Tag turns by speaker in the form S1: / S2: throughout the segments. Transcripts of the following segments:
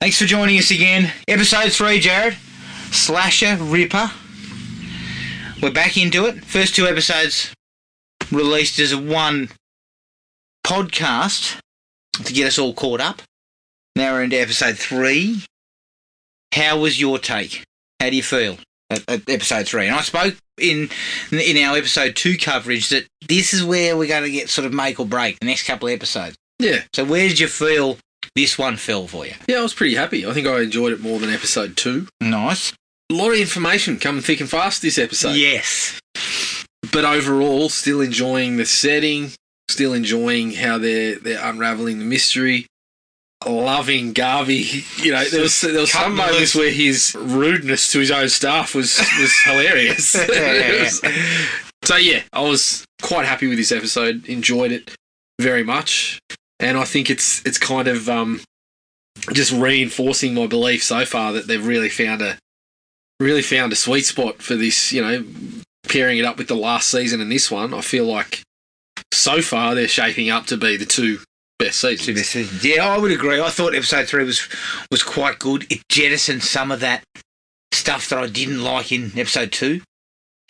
S1: Thanks for joining us again. Episode 3, Jared. Slasher Ripper. We're back into it. First two episodes released as one podcast to get us all caught up. Now we're into episode 3. How was your take? How do you feel at, at episode 3? And I spoke in in our episode 2 coverage that this is where we're going to get sort of make or break the next couple of episodes.
S2: Yeah,
S1: So where did you feel this one fell for you?
S2: yeah, I was pretty happy. I think I enjoyed it more than episode two.
S1: Nice.
S2: A lot of information coming thick and fast this episode.
S1: yes.
S2: But overall, still enjoying the setting, still enjoying how they're they're unraveling the mystery. Loving Garvey, you know, there was there was
S1: Cutting
S2: some
S1: loose.
S2: moments where his rudeness to his own staff was was hilarious.
S1: Yeah, yeah, yeah.
S2: was- so yeah, I was quite happy with this episode. Enjoyed it very much, and I think it's it's kind of um, just reinforcing my belief so far that they've really found a really found a sweet spot for this. You know, pairing it up with the last season and this one, I feel like so far they're shaping up to be the two best seasons.
S1: Two best seasons. Yeah, I would agree. I thought episode three was was quite good. It jettisoned some of that stuff that I didn't like in episode two.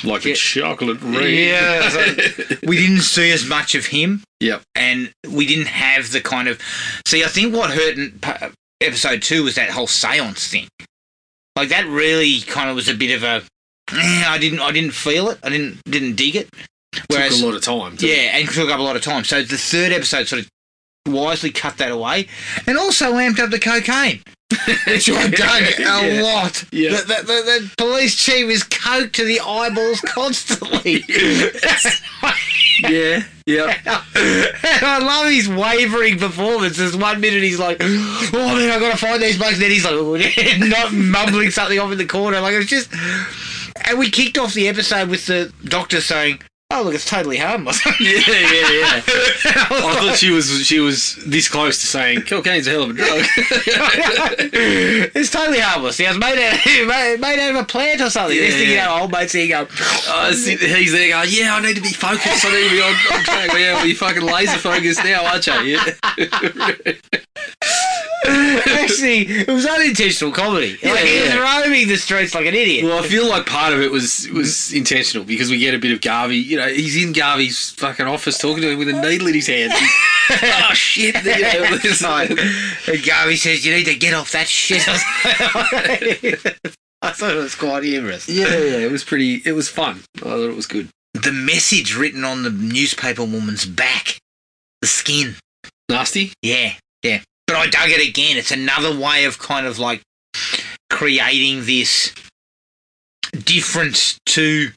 S2: Like
S1: Yeah.
S2: a chocolate rain.
S1: Yeah, so- We didn't see as much of him.
S2: Yep.
S1: And we didn't have the kind of see. I think what hurt in pa- episode two was that whole séance thing. Like that really kind of was a bit of a. "Eh, I didn't. I didn't feel it. I didn't. Didn't dig it. Whereas
S2: took a lot of time. to-
S1: Yeah, and took up a lot of time. So the third episode sort of wisely cut that away, and also amped up the cocaine, which I dug a
S2: Yeah.
S1: lot.
S2: Yeah.
S1: The, the, the, the police chief is coked to the eyeballs constantly.
S2: Yeah. Yeah.
S1: And I love his wavering performances. One minute he's like, "Oh man, I gotta find these bugs," then he's like, not mumbling something off in the corner. Like it's just. And we kicked off the episode with the doctor saying, "Oh look, it's totally harmless."
S2: Yeah, yeah, yeah.
S1: I was
S2: I
S1: like-
S2: thought she was she was this close to saying cocaine's a hell of a drug.
S1: it's totally harmless. He was made out, made out of a plant or something.
S2: Yeah,
S1: They're sticking
S2: yeah.
S1: out old mates here going,
S2: I see- he's there going, yeah, I need to be focused. I need to be on, on track. Yeah, well, you fucking laser focused now, aren't you? Yeah.
S1: actually, it was unintentional comedy.
S2: Yeah,
S1: like, he was
S2: yeah.
S1: roaming the streets like an idiot.
S2: Well, I feel like part of it was was intentional because we get a bit of Garvey. You know, he's in Garvey's fucking office talking to him with a needle in his hand. oh shit! You know, it's like-
S1: and Garvey says, you need to get off that shit. I thought it was quite humorous.
S2: yeah, yeah, it was pretty. It was fun. I thought it was good.
S1: The message written on the newspaper woman's back, the skin.
S2: Nasty.
S1: Yeah, yeah. But I dug it again. It's another way of kind of like creating this difference to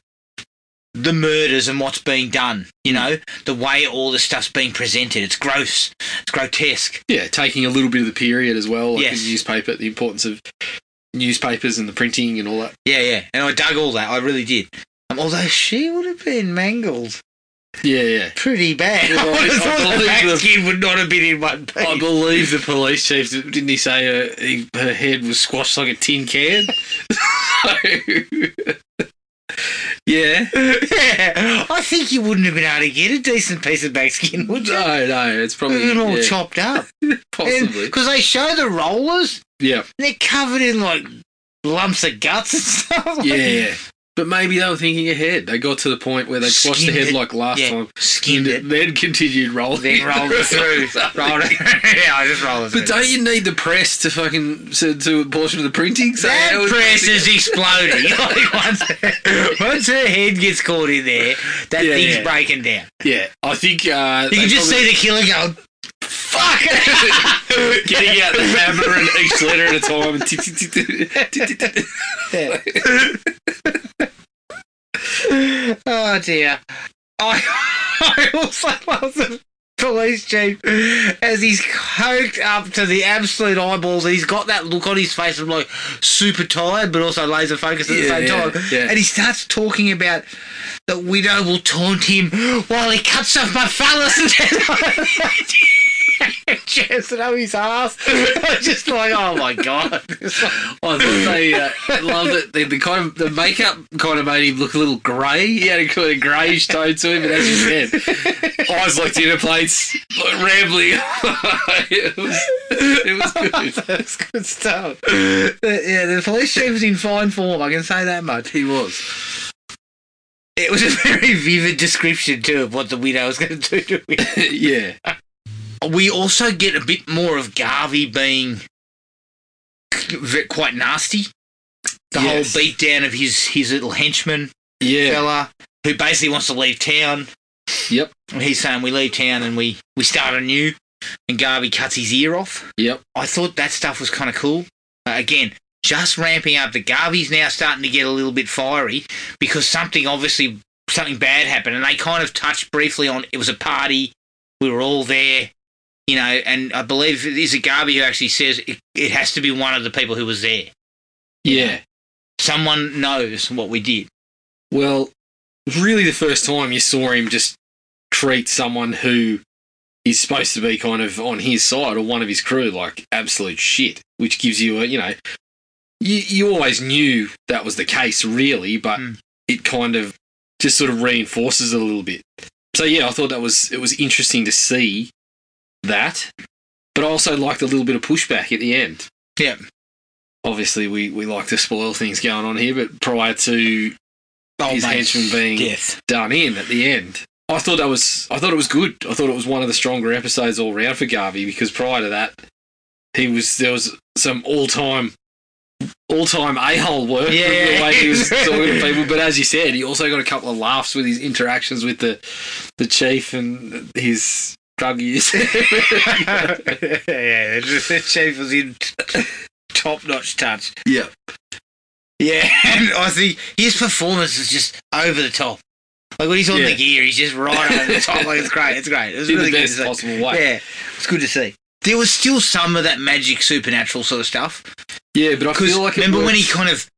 S1: the murders and what's being done. You know, the way all the stuff's being presented. It's gross. It's grotesque.
S2: Yeah, taking a little bit of the period as well, like
S1: Yes.
S2: the newspaper, the importance of newspapers and the printing and all that.
S1: Yeah, yeah. And I dug all that. I really did. Um, although she would have been mangled
S2: Yeah, yeah.
S1: pretty bad.
S2: Yeah, I-
S1: I
S2: I
S1: thought the
S2: believe
S1: back
S2: the-
S1: skin would not have been in one piece.
S2: I believe the police chief didn't he say her, he, her head was squashed like a tin can? so, yeah.
S1: yeah. I think you wouldn't have been able to get a decent piece of back skin, would you?
S2: No, no, it's probably
S1: It's all
S2: Oh, yeah,
S1: chopped up.
S2: possibly.
S1: Because they show the rollers,
S2: Yeah,
S1: they're covered in like lumps of guts and stuff.
S2: yeah, yeah. But maybe they were thinking ahead. They got to the point where they squashed the
S1: Skinned
S2: head
S1: it.
S2: like last
S1: Yeah,
S2: time,
S1: Skinned it,
S2: and then continued rolling,
S1: then rolled it through. rolled it. yeah, I just rolled it through.
S2: But don't you need the press to fucking to, to a portion of the printing? So how
S1: that
S2: would-
S1: press is exploding. Like, once, once her head gets caught in there, that
S2: Yeah,
S1: thing's
S2: yeah.
S1: breaking down.
S2: Yeah, I think uh,
S1: You
S2: they
S1: can just
S2: probably-
S1: see the killer going, fuck
S2: getting out the hammer and each letter at a time. And tick, tick, tick, tick, tick, tick, tick.
S1: oh dear. I, I also love the police chief as he's coked up to the absolute eyeballs and he's got that look on his face of like super tired but also laser focused at the
S2: Yeah,
S1: same
S2: yeah,
S1: time.
S2: yeah.
S1: And he starts talking about the widow will taunt him while he cuts off my phallus and jams it up his ass. I'm just like, oh my god. It's like-
S2: I thought they uh, loved it. The, the kind of the makeup kind of made him look a little grey. He had a kind of greyish tone to him, and as you said, eyes like dinner plates, like rambling. it was it was good.
S1: That's good stuff. But, yeah, the police chief was in fine form. I can say that much.
S2: He was.
S1: It was a very vivid description too of what the widow was going to do to him.
S2: yeah.
S1: We also get a bit more of Garvey being v- quite nasty. The
S2: Yes.
S1: whole beatdown of his his little henchman
S2: Yeah.
S1: fella who basically wants to leave town.
S2: Yep.
S1: And he's saying we leave town and we we start anew. And Garvey cuts his ear off.
S2: Yep.
S1: I thought that stuff was kind of cool. Uh, again, just ramping up. The Garvey's now starting to get a little bit fiery because something obviously something bad happened, and they kind of touched briefly on it was a party. We were all there, you know, and I believe it is a Garvey who actually says it, it has to be one of the people who was there.
S2: Yeah.
S1: Someone knows what we did.
S2: Well, really, the first time you saw him just treat someone who is supposed to be kind of on his side or one of his crew like absolute shit, which gives you a, you know, you, you always knew that was the case, really, but
S1: Mm.
S2: it kind of just sort of reinforces it a little bit. So yeah, I thought that was it was interesting to see that, but I also liked a little bit of pushback at the end.
S1: Yeah.
S2: Obviously, we, we like to spoil things going on here, but prior to
S1: Oh,
S2: his henchman being
S1: death.
S2: done in at the end. I thought that was I thought it was good. I thought it was one of the stronger episodes all round for Garvey because prior to that, he was there was some all time all time a hole work with
S1: Yeah.
S2: the way he was talking to people. But as you said, he also got a couple of laughs with his interactions with the the chief and his drug use.
S1: yeah, the chief was in top notch touch.
S2: yeah.
S1: Yeah, and I think his performance is just over the top. Like when he's on
S2: Yeah.
S1: the gear, he's just right over the top. Like it's great, it's great. It was
S2: In
S1: really
S2: the
S1: good
S2: best
S1: to see.
S2: possible way.
S1: Yeah, it's good to see. There was still some of that magic, supernatural sort of stuff.
S2: Yeah, but I
S1: Because
S2: feel like it
S1: remember when he
S2: worked-
S1: kind of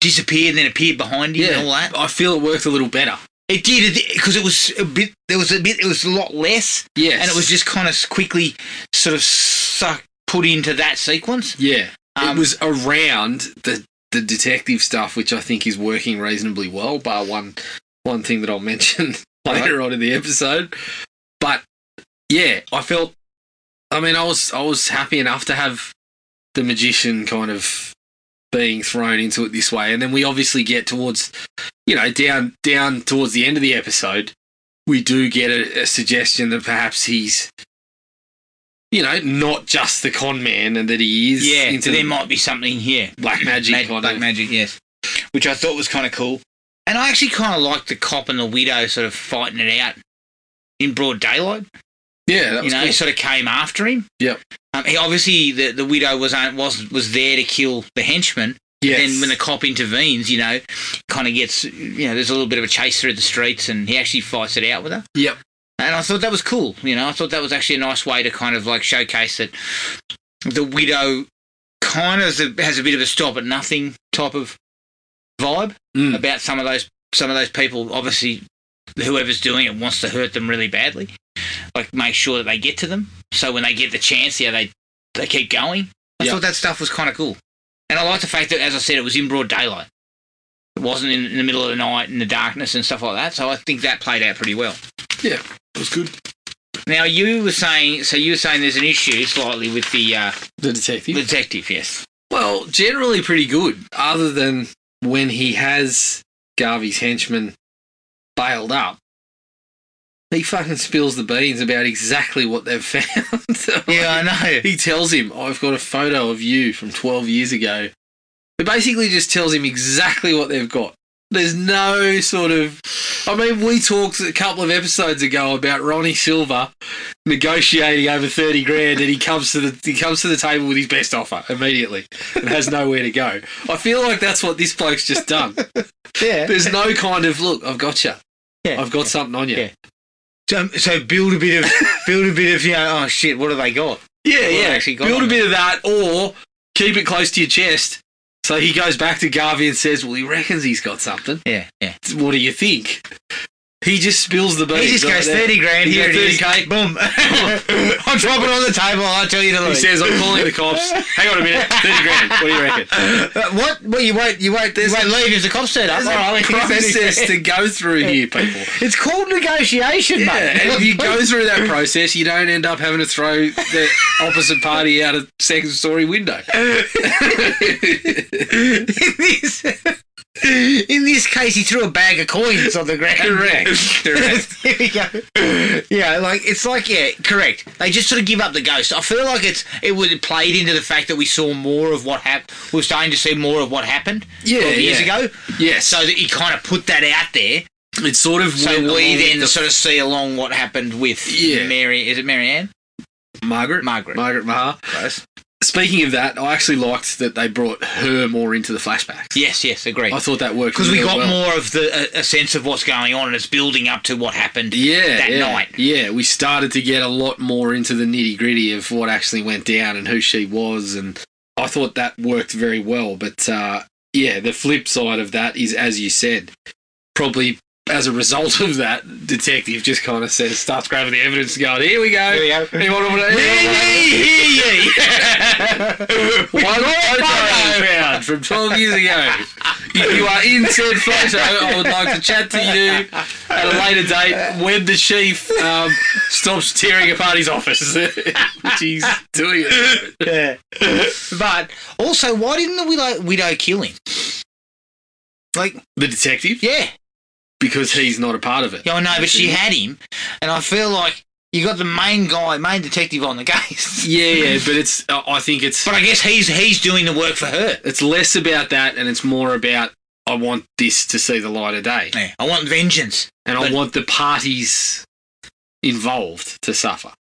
S1: disappeared and then appeared behind you
S2: yeah,
S1: and all that?
S2: I feel it worked a little better.
S1: It did because it was a bit. There was a bit. It was a lot less,
S2: Yes.
S1: and it was just kind of quickly sort of suck put into that sequence.
S2: Yeah.
S1: Um,
S2: it was around the the detective stuff, which I think is working reasonably well, bar one one thing that I'll mention
S1: Alright.
S2: later on in the episode. But yeah, I felt. I mean, I was I was happy enough to have the magician kind of being thrown into it this way, and then we obviously get towards you know down down towards the end of the episode, we do get a, a suggestion that perhaps he's. You know, not just the con man, and that he is
S1: yeah,
S2: into
S1: so there
S2: the-
S1: might be something here.
S2: black magic
S1: Mag-
S2: kind
S1: Black
S2: of.
S1: Magic, yes. Which I thought was kind of cool. And I actually kind of liked the cop and the widow sort of fighting it out in broad daylight.
S2: yeah, that
S1: You
S2: was
S1: know,
S2: cool.
S1: sort of came after him.
S2: Yep.
S1: Um, he obviously the, the widow was uh, was was there to kill the henchman.
S2: Yes.
S1: Then when the cop intervenes, you know, kind of gets you know there's a little bit of a chase through the streets, and he actually fights it out with her.
S2: Yep.
S1: And I thought that was cool. You know, I thought that was actually a nice way to kind of like showcase that the widow kind of has a- has a bit of a stop at nothing type of vibe
S2: Mm.
S1: about some of those some of those people. Obviously, whoever's doing it wants to hurt them really badly. Like make sure that they get to them. So when they get the chance, yeah, they they keep going. I
S2: Yeah.
S1: thought that stuff was kind of cool, and I liked the fact that, as I said, it was in broad daylight. It wasn't in, in the middle of the night in the darkness and stuff like that. So I think that played out pretty well.
S2: It was good.
S1: Now you were saying, so you were saying there's an issue slightly with the uh,
S2: The detective.
S1: detective, yes.
S2: well, generally pretty good, other than when he has Garvey's henchman bailed up. He fucking spills the beans about exactly what they've found.
S1: Yeah, I know.
S2: he tells him, I've got a photo of you from 12 years ago. It basically just tells him exactly what they've got. There's no sort of. I mean, we talked a couple of episodes ago about Ronnie Silver negotiating over 30 grand and he comes to the he comes to the table with his best offer immediately and has nowhere to go. I feel like that's what this bloke's just done.
S1: Yeah.
S2: There's no kind of look, I've got you.
S1: Yeah.
S2: I've got something on you.
S1: Yeah. So, so build a bit of build a bit of you know oh shit what have they got
S2: Yeah,
S1: Well,
S2: yeah.
S1: they actually got
S2: Build
S1: on
S2: a bit of that, or keep it close to your chest. So he goes back to Garvey and says, "Well, he reckons he's got something.
S1: yeah yeah
S2: What do you think?" He just spills the beans.
S1: He just
S2: right
S1: goes
S2: there.
S1: thirty grand.
S2: You
S1: Here it
S2: got
S1: is.
S2: 30K?
S1: Boom. I'll drop it on the table. I'll tell you to
S2: He
S1: leave.
S2: says, "I'm calling the cops." Hang on a minute, thirty grand. What do you reckon?
S1: Uh, what? Well, you won't. You won't. You won't leave if the cops turn up.
S2: There's
S1: All right,
S2: a
S1: I'll let you get
S2: process
S1: 30
S2: to go through here, people.
S1: It's called negotiation,
S2: Yeah,
S1: mate.
S2: and if you go through that process, you don't end up having to throw the opposite party out a second story window.
S1: in this, in this case, he threw a bag of coins on the ground.
S2: correct, correct.
S1: there we go. Yeah, like it's like yeah, correct. They just sort of give up the ghost. I feel like it's it would have played into the fact that we saw more of what happened. We were starting to see more of what happened
S2: Yeah,
S1: 12 years
S2: yeah.
S1: ago.
S2: Yes,
S1: So that he kind of put that out there.
S2: it's sort of
S1: So
S2: went
S1: we
S2: along
S1: then
S2: with
S1: sort of see along what happened with
S2: Yeah.
S1: Mary. Is it Mary Ann?
S2: the Margaret,
S1: Margaret.
S2: Margaret Maha.
S1: Close.
S2: Speaking of that, I actually liked that they brought her more into the flashbacks.
S1: Yes, yes, agree.
S2: I thought that worked
S1: Because we
S2: really
S1: got
S2: well.
S1: more of the a, a sense of what's going on, and it's building up to what happened.
S2: yeah,
S1: that
S2: yeah,
S1: night.
S2: Yeah, we started to get a lot more into the nitty gritty of what actually went down and who she was, and I thought that worked very well. But uh, yeah, the flip side of that is, as you said, probably as a result of that, detective just kind of says, starts grabbing the evidence, and going, "Here we go."
S1: go.
S2: Anyone want to?
S1: hear ye.
S2: One photo
S1: photo.
S2: found from 12 years ago. If you are in said photo, I would like to chat to you at a later date when the chief um, stops tearing apart his office. Which he's doing it.
S1: Yeah. But also, why didn't the widow, widow kill him? Like,
S2: The detective?
S1: yeah,
S2: Because he's not a part of it.
S1: yeah, I know, but she had him, and I feel like you got the main guy, main detective on the case.
S2: Yeah, yeah, but it's. I I think it's.
S1: But I guess he's he's doing the work for her.
S2: It's less about that, and it's more about I want this to see the light of day,
S1: Yeah. I want vengeance.
S2: and I
S1: But-
S2: want the parties involved to suffer.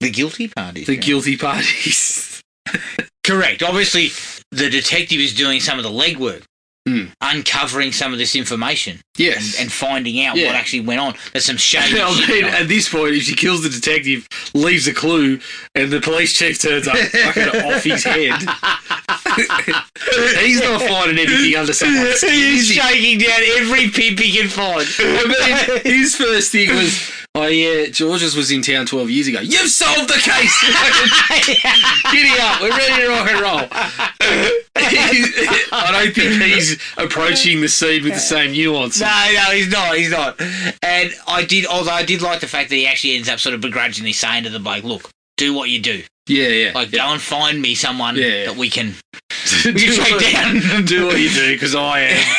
S1: The guilty party.
S2: The guilty parties.
S1: Correct. Obviously, the detective is doing some of the legwork,
S2: Hmm.
S1: uncovering some of this information and,
S2: Yes.
S1: and finding out
S2: Yeah.
S1: what actually went on. There's some shady
S2: I
S1: shit
S2: mean,
S1: going on.
S2: at this point, if she kills the detective, leaves a clue, and the police chief turns up fucking off his head, he's not finding anything under someone's skin.
S1: He's
S2: is he?
S1: shaking down every pimp he can find.
S2: I mean, his first thing was, "Oh yeah, Georges was in town twelve years ago. You've solved the case. Fucking Giddy up, we're ready to rock and roll." I don't think he's approaching the scene with the same nuance.
S1: No, no, he's not. He's not. And I did, although I did like the fact that he actually ends up sort of begrudgingly saying to the bloke, "Look, do what you do.
S2: Yeah, yeah.
S1: Like, go and find me someone
S2: Yeah, yeah.
S1: that we can
S2: do,
S1: we can
S2: what-
S1: track down."
S2: do what you do, because I am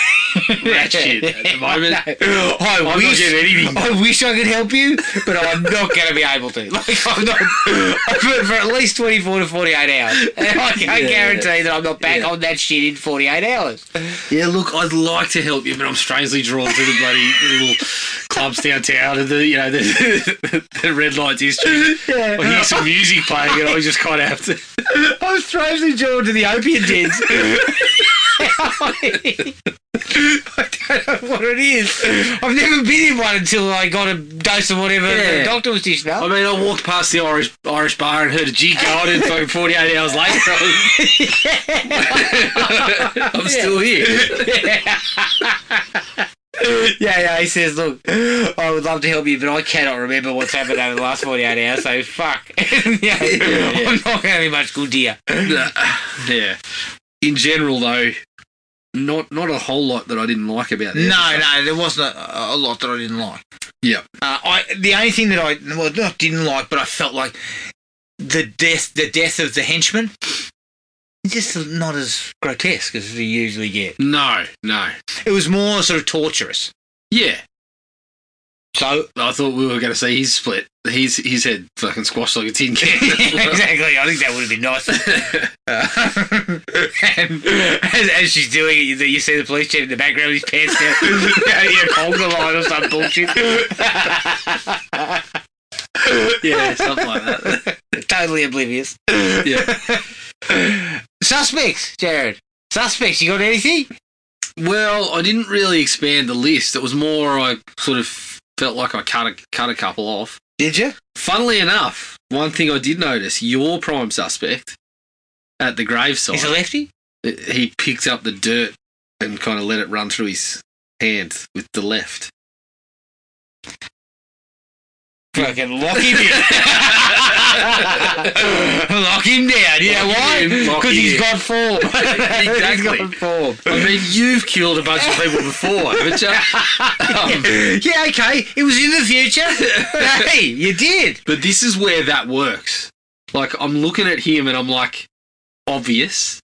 S2: ratchet at the moment.
S1: I
S2: not
S1: wish,
S2: getting anything.
S1: I wish I could help you, but I'm not going to be able to. Like I'm not for, for at least 24 to 48 hours. And I, I
S2: Yeah.
S1: guarantee that I'm not back
S2: Yeah.
S1: on that shit in 48 hours.
S2: Yeah, look, I'd like to help you, but I'm strangely drawn to the bloody little clubs downtown and the you know the, the red light district. I hear some music playing, and I just kind of have to.
S1: I'm strangely drawn to the opiate dens. I don't know what it is. I've never been in one until I got a dose of whatever
S2: Yeah.
S1: the doctor was dishing
S2: I
S1: up.
S2: mean, I walked past the Irish Irish bar and heard a jig going, and fucking 48 hours later, I'm, I'm still here.
S1: yeah, yeah. He says, "Look, I would love to help you, but I cannot remember what's happened over the last forty-eight hours. So fuck. yeah, I'm not going to be much good here.
S2: Yeah. In general, though, not not a whole lot that I didn't like about this.
S1: No, no. There wasn't a, a lot that I didn't like.
S2: Yeah.
S1: Uh, I the only thing that I well not didn't like, but I felt like the death the death of the henchman. is Just not as grotesque as we usually get.
S2: No, no.
S1: It was more sort of torturous.
S2: Yeah.
S1: So
S2: I thought we were going to see his split. His his head fucking squashed like a tin can.
S1: exactly. I think that would have been nice. Uh, and as, as she's doing it, you, you see the police chief in the background with his pants down, you know, conga line or some bullshit.
S2: yeah, something like that.
S1: totally oblivious.
S2: Yeah.
S1: Suspects, Jared. Suspects, you got anything?
S2: Well, I didn't really expand the list. It was more I sort of felt like I cut a, cut a couple off.
S1: Did you?
S2: Funnily enough, one thing I did notice: your prime suspect at the
S1: He's a
S2: gravesite,
S1: lefty.
S2: he picked up the dirt and kind of let it run through his hand with the left.
S1: Fucking lock him in. lock him down. You know
S2: Lock him
S1: why?
S2: in, lock
S1: Because
S2: him
S1: he's
S2: in.
S1: got form.
S2: Exactly.
S1: he's got form.
S2: I mean, you've killed a bunch of people before, haven't you? Um,
S1: Yeah, okay. It was in the future. hey, you did.
S2: but this is where that works. Like, I'm looking at him and I'm like, obvious.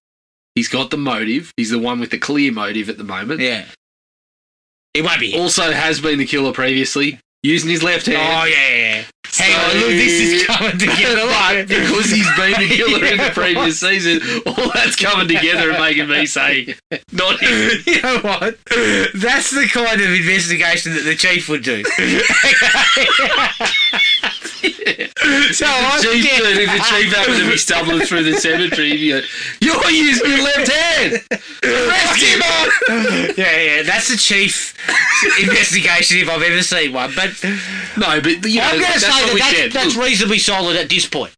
S2: He's got the motive. He's the one with the clear motive at the moment.
S1: Yeah. It won't be.
S2: Also, has been the killer previously, using his left hand.
S1: Oh, yeah, yeah. yeah. Hang on,
S2: So-
S1: look, this is coming together.
S2: Like, because he's been the killer in the previous season, all that's coming together and making me say, not even.
S1: You know what? That's the kind of investigation that the chief would do. so I
S2: Chief, dude, if the chief happened to be stumbling through the cemetery, you go, you're using your left hand. Arrest him!
S1: yeah, yeah, that's the chief investigation if I've ever seen one. But
S2: No, but you know,
S1: I'm going to
S2: that's
S1: say
S2: what we
S1: that
S2: said.
S1: that's, that's
S2: Look,
S1: reasonably solid at this point.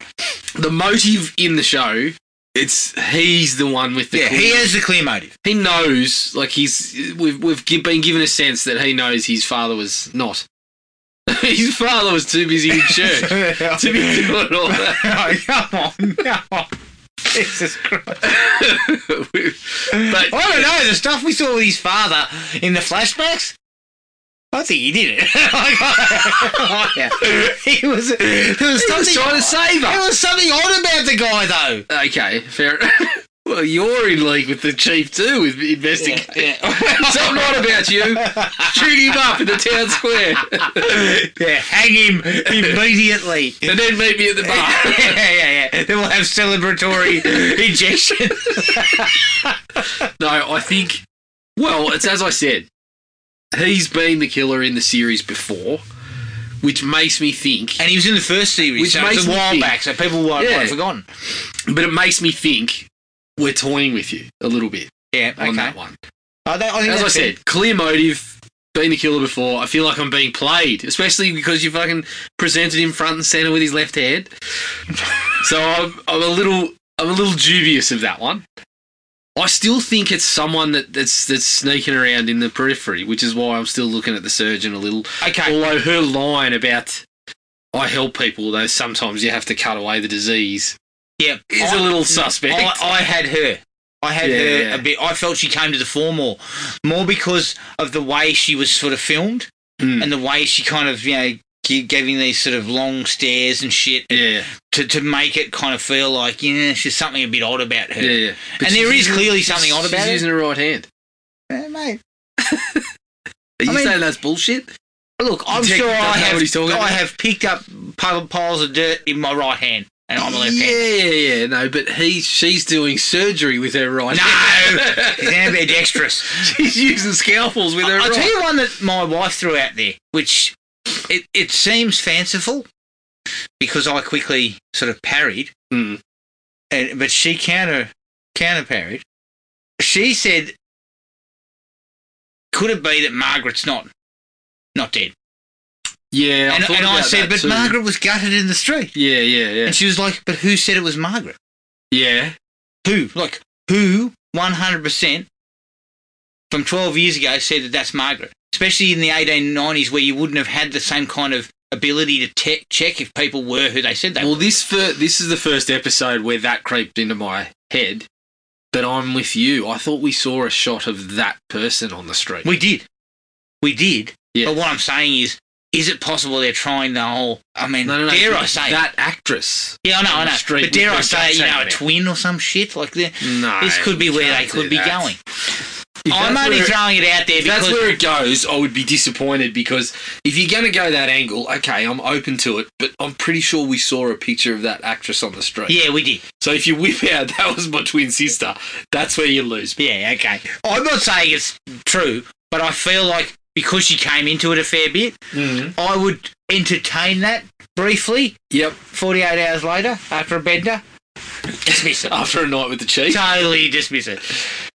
S2: the motive in the show. It's he's the one with the.
S1: Yeah,
S2: clue.
S1: he has the clear motive.
S2: he knows like he's we've we've gi- been given a sense that he knows his father was not his father was too busy in church to be doing all that
S1: come on, come on. Jesus Christ.
S2: but
S1: I don't know, the stuff we saw with his father in the flashbacks. I think he did it. Yeah. He was. There was
S2: he was
S1: something.
S2: trying to save
S1: there
S2: her
S1: was something odd about the guy, though.
S2: okay fair well you're in league with the chief too with investigating something right about you shoot him up in the town square
S1: yeah, hang him immediately.
S2: and then meet me at the bar
S1: yeah, yeah, yeah. Then we'll have celebratory injection.
S2: No, I think. Well, it's as I said. He's been the killer in the series before, which makes me think.
S1: And he was in the first series,
S2: Which
S1: so it's
S2: makes
S1: a
S2: me
S1: while
S2: think-
S1: back, so people won't
S2: Yeah.
S1: won't have forgotten.
S2: But it makes me think we're toying with you a little bit
S1: Yeah, okay.
S2: on that one.
S1: I, don't- I think
S2: As I
S1: that's
S2: said, clear motive. Been the killer before. I feel like I'm being played, especially because you fucking presented him front and center with his left hand. so I'm, I'm a little, I'm a little dubious of that one. I still think it's someone that, that's that's sneaking around in the periphery, which is why I'm still looking at the surgeon a little.
S1: it. Okay.
S2: Although her line about I help people, though sometimes you have to cut away the disease,
S1: Yeah.
S2: is a
S1: I-
S2: little suspect.
S1: I, I had her. I had
S2: Yeah,
S1: her
S2: yeah.
S1: a bit. I felt she came to the fore more, more because of the way she was sort of filmed
S2: Hmm.
S1: and the way she kind of you know g- giving these sort of long stares and shit
S2: yeah,
S1: to, to make it kind of feel like yeah, she's something a bit odd about her.
S2: yeah, yeah.
S1: And there
S2: she's
S1: is clearly something odd
S2: she's
S1: about it.
S2: using her right hand.
S1: Eh, mate,
S2: Are you
S1: mean-
S2: saying that's bullshit?
S1: look, I'm
S2: Tech-
S1: sure
S2: don't
S1: I
S2: know
S1: have
S2: what he's talking
S1: I
S2: about.
S1: have picked up pi- piles of dirt in my right hand and I'm a left
S2: yeah,
S1: hand.
S2: yeah, yeah. No, but he, she's doing surgery with her right.
S1: No!
S2: hand.
S1: She's ambidextrous.
S2: she's using scalpels with her
S1: I'll
S2: right.
S1: tell you one that my wife threw out there, which it, it seems fanciful because I quickly sort of parried,
S2: Hmm.
S1: and, but she counter counter parried. She said, "Could it be that Margaret's not not dead?"
S2: Yeah,
S1: and
S2: I thought
S1: and I
S2: about
S1: said,
S2: that
S1: "But
S2: too.
S1: Margaret was gutted in the street,"
S2: Yeah, yeah, yeah,
S1: and she was like, "But who said it was Margaret?
S2: yeah.
S1: Who? Like who? One hundred percent from twelve years ago said that that's Margaret." Especially in the 1890s, where you wouldn't have had the same kind of ability to te- check if people were who they said they were.
S2: Well, this fir- this is the first episode where that creeped into my head, but I'm with you. I thought we saw a shot of that person on the street.
S1: We did. We did.
S2: Yeah.
S1: But what I'm saying is, is it possible they're trying the whole? I mean, dare I say?
S2: that actress?
S1: it. yeah, I know, I
S2: on the
S1: know.
S2: street
S1: But dare
S2: with
S1: I
S2: the
S1: say, you
S2: guts
S1: know,
S2: out
S1: a
S2: of it.
S1: twin or some shit like that.
S2: No,
S1: this could be
S2: you
S1: where they
S2: can't
S1: could
S2: do
S1: be
S2: that.
S1: going.
S2: If
S1: I'm
S2: that's
S1: only
S2: where it-
S1: throwing it out there
S2: If that's
S1: because
S2: where it goes, I would be disappointed because if you're going to go that angle, okay, I'm open to it, but I'm pretty sure we saw a picture of that actress on the street.
S1: yeah, we did.
S2: So if you whip out, that was my twin sister, that's where you lose.
S1: Yeah, okay. I'm not saying it's true, but I feel like because she came into it a fair bit, I would entertain that briefly.
S2: Yep.
S1: 48 hours later, after a bender, dismiss it.
S2: After a night with the chief.
S1: totally dismiss it.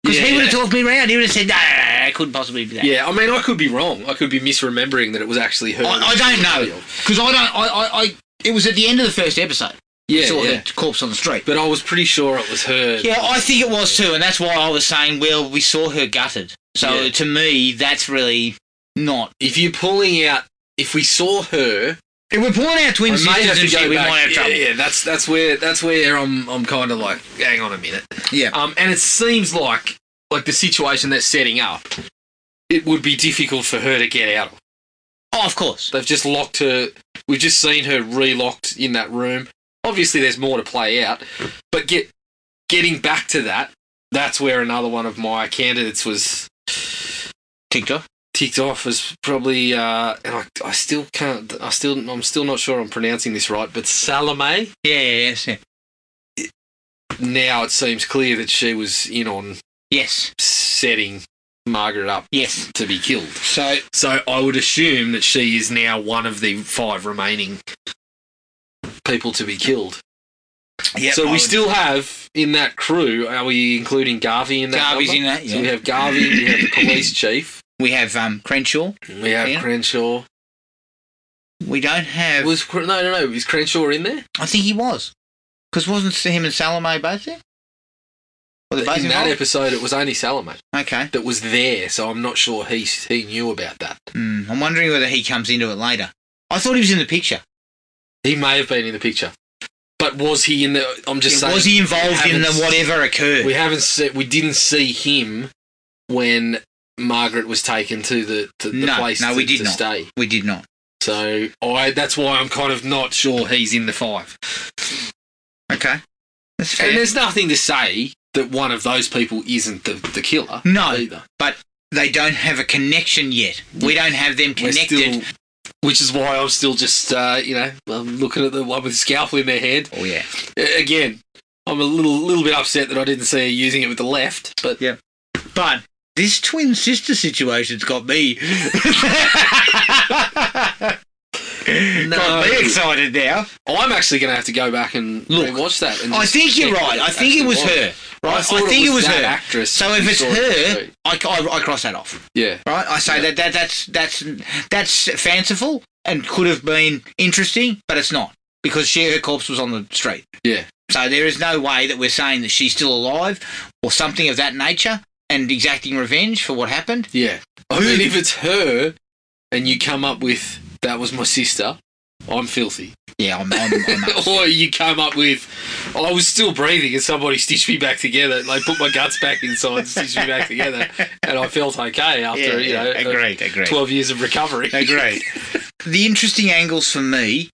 S1: Because he
S2: Yeah.
S1: would have talked me round. He would have said, no, no, no, no, it couldn't possibly be that.
S2: Yeah, I mean, I could be wrong. I could be misremembering that it was actually her.
S1: I, I don't know. Because I don't, I, I, I, it was at the end of the first episode.
S2: Yeah,
S1: saw
S2: yeah.
S1: the corpse on the street.
S2: But I was pretty sure it was her.
S1: Yeah, I think it was too, and that's why I was saying, well, we saw her gutted. So
S2: Yeah.
S1: to me, that's really not.
S2: If you're pulling out, if we saw her
S1: If we're pulling out twin sisters and shit, we might have
S2: yeah,
S1: trouble.
S2: yeah, that's that's where that's where I'm I'm kind of like, hang on a minute.
S1: Yeah.
S2: Um, and it seems like like the situation they're setting up, it would be difficult for her to get out of.
S1: Oh, of course.
S2: They've just locked her. We've just seen her re-locked in that room. Obviously, there's more to play out, but get getting back to that. That's where another one of my candidates was
S1: Ticked off.
S2: ticked off as probably, uh, and I, I still can't. I still, I'm still not sure I'm pronouncing this right, but Salome.
S1: Yeah, yeah, yes, yeah.
S2: Now it seems clear that she was in on
S1: Yes,
S2: setting Margaret up
S1: yes.
S2: to be killed.
S1: So
S2: So I would assume that she is now one of the five remaining people to be killed.
S1: yeah,
S2: so
S1: I
S2: we
S1: would-
S2: still have in that crew. Are we including Garvey in that?
S1: Garvey's
S2: number?
S1: in that.
S2: So we
S1: Yeah.
S2: have Garvey. We have the police chief.
S1: We have um, Crenshaw.
S2: We have
S1: Yeah.
S2: Crenshaw.
S1: We don't have.
S2: Was Cr- no no no. Is Crenshaw in there?
S1: I think he was, because wasn't him and Salome both there? Were they both
S2: in that
S1: involved?
S2: episode, it was only Salome
S1: Okay.
S2: that was there. So I'm not sure he he knew about that.
S1: Hmm. I'm wondering whether he comes into it later. I thought he was in the picture.
S2: He may have been in the picture, but was he in the? I'm just
S1: Yeah,
S2: saying.
S1: was he involved in the
S2: haven't-
S1: whatever occurred?
S2: We haven't se- we didn't see him when Margaret was taken to the to the
S1: No,
S2: place
S1: no,
S2: to,
S1: we did
S2: to
S1: not.
S2: stay.
S1: we did not.
S2: So I that's why I'm kind of not sure he's in the five.
S1: Okay. That's fair.
S2: And there's nothing to say that one of those people isn't the, the killer
S1: No.
S2: either.
S1: they don't have a connection yet. We don't have them
S2: We're
S1: connected.
S2: still- which is why I'm still just uh, you know I'm looking at the one with the scalpel in their hand
S1: Oh yeah.
S2: A- again. I'm a little little bit upset that I didn't see her using it with the left, but
S1: But this twin sister situation's got me. Got me excited now.
S2: I'm actually going to have to go back and
S1: Look,
S2: watch that. And
S1: I
S2: just
S1: think you're
S2: check
S1: right.
S2: what
S1: I think it
S2: actually
S1: was her. Right. I,
S2: thought
S1: think it was,
S2: that
S1: her.
S2: actress.
S1: So if
S2: who
S1: it's
S2: saw it
S1: her-
S2: too.
S1: I, c- I- I cross that off.
S2: yeah,
S1: Right. I say that, that that's that's that's fanciful and could have been interesting, but it's not because she her corpse was on the street.
S2: Yeah.
S1: So there is no way that we're saying that she's still alive or something of that nature and exacting revenge for what happened.
S2: yeah. I mean, if it's her, and you come up with that was my sister, I'm filthy.
S1: Yeah, I'm. I'm, I'm
S2: or you come up with I was still breathing and somebody stitched me back together. They put my guts back inside, and stitched me back together, and I felt okay after you know uh,
S1: agreed, agreed,
S2: twelve years of recovery.
S1: agreed. the interesting angles for me,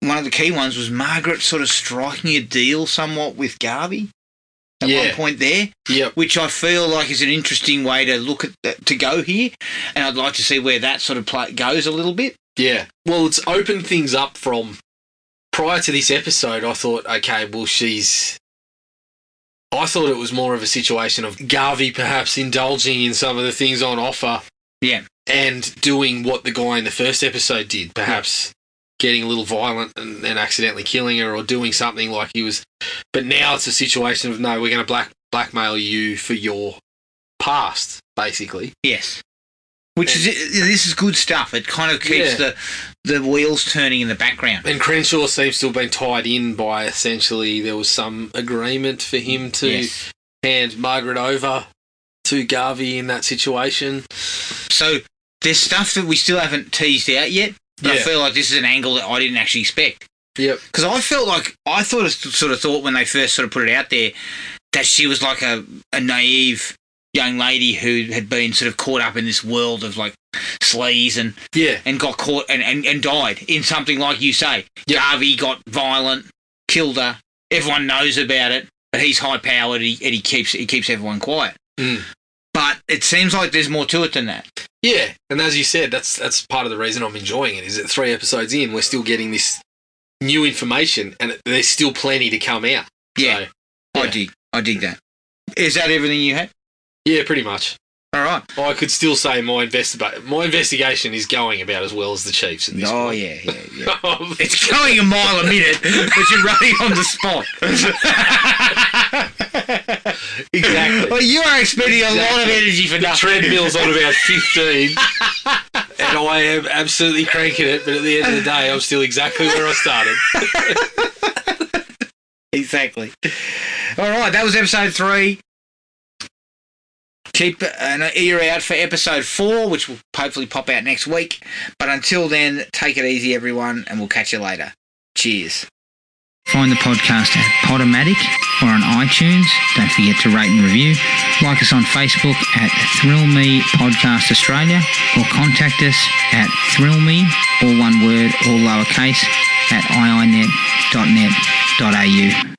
S1: one of the key ones was Margaret sort of striking a deal somewhat with Garvey at one
S2: Yeah.
S1: point there,
S2: Yep.
S1: which I feel like is an interesting way to look at to go here, and I'd like to see where that sort of play goes a little bit.
S2: Yeah. Well, it's opened things up from prior to this episode. I thought, okay, well, she's. I thought it was more of a situation of Garvey perhaps indulging in some of the things on offer.
S1: Yeah.
S2: And doing what the guy in the first episode did, perhaps getting a little violent and, and accidentally killing her or doing something like he was. But now it's a situation of, no, we're going to black, blackmail you for your past, basically.
S1: Yes. Which is this is good stuff. It kind of keeps
S2: Yeah.
S1: the the wheels turning in the background.
S2: And Crenshaw seems to have been tied in by essentially there was some agreement for him to
S1: Yes.
S2: hand Margaret over to Garvey in that situation.
S1: So there's stuff that we still haven't teased out yet. But I
S2: Yeah.
S1: feel like this is an angle that I didn't actually expect
S2: Yep.
S1: because I felt like I thought sort of thought when they first sort of put it out there that she was like a, a naive young lady who had been sort of caught up in this world of like sleaze and,
S2: Yeah.
S1: and got caught and, and, and died in something like you say.
S2: Yeah.
S1: Garvey got violent, killed her. Everyone knows about it, but he's high powered and he, and he keeps he keeps everyone quiet.
S2: Mm.
S1: But it seems like there's more to it than that.
S2: Yeah. And as you said, that's that's part of the reason I'm enjoying it is that three episodes in we're still getting this new information and it- there's still plenty to come out.
S1: Yeah,
S2: So,
S1: I
S2: yeah.
S1: dig I dig that. Is that everything you had?
S2: yeah, pretty much.
S1: All right.
S2: I could still say my investiba- my investigation is going about as well as the Chiefs at this
S1: Oh
S2: point.
S1: yeah, yeah, yeah. It's going a mile a minute, but you're running on the spot.
S2: exactly.
S1: Well, you are expending a lot of
S2: Exactly.
S1: energy for
S2: The
S1: nothing.
S2: treadmill's on about 15, and I am absolutely cranking it, but at the end of the day, I'm still exactly where I started.
S1: exactly. All right, that was episode three.
S3: keep an ear out for episode four, which will hopefully pop out next week. But until then, take it easy, everyone, and we'll catch you later. Cheers.
S1: Find the podcast at Podomatic or on iTunes. Don't forget to rate and review. Like us on Facebook at Thrill Me Podcast Australia or contact us at thrillme, all one word, all lowercase, at iinet.net.au.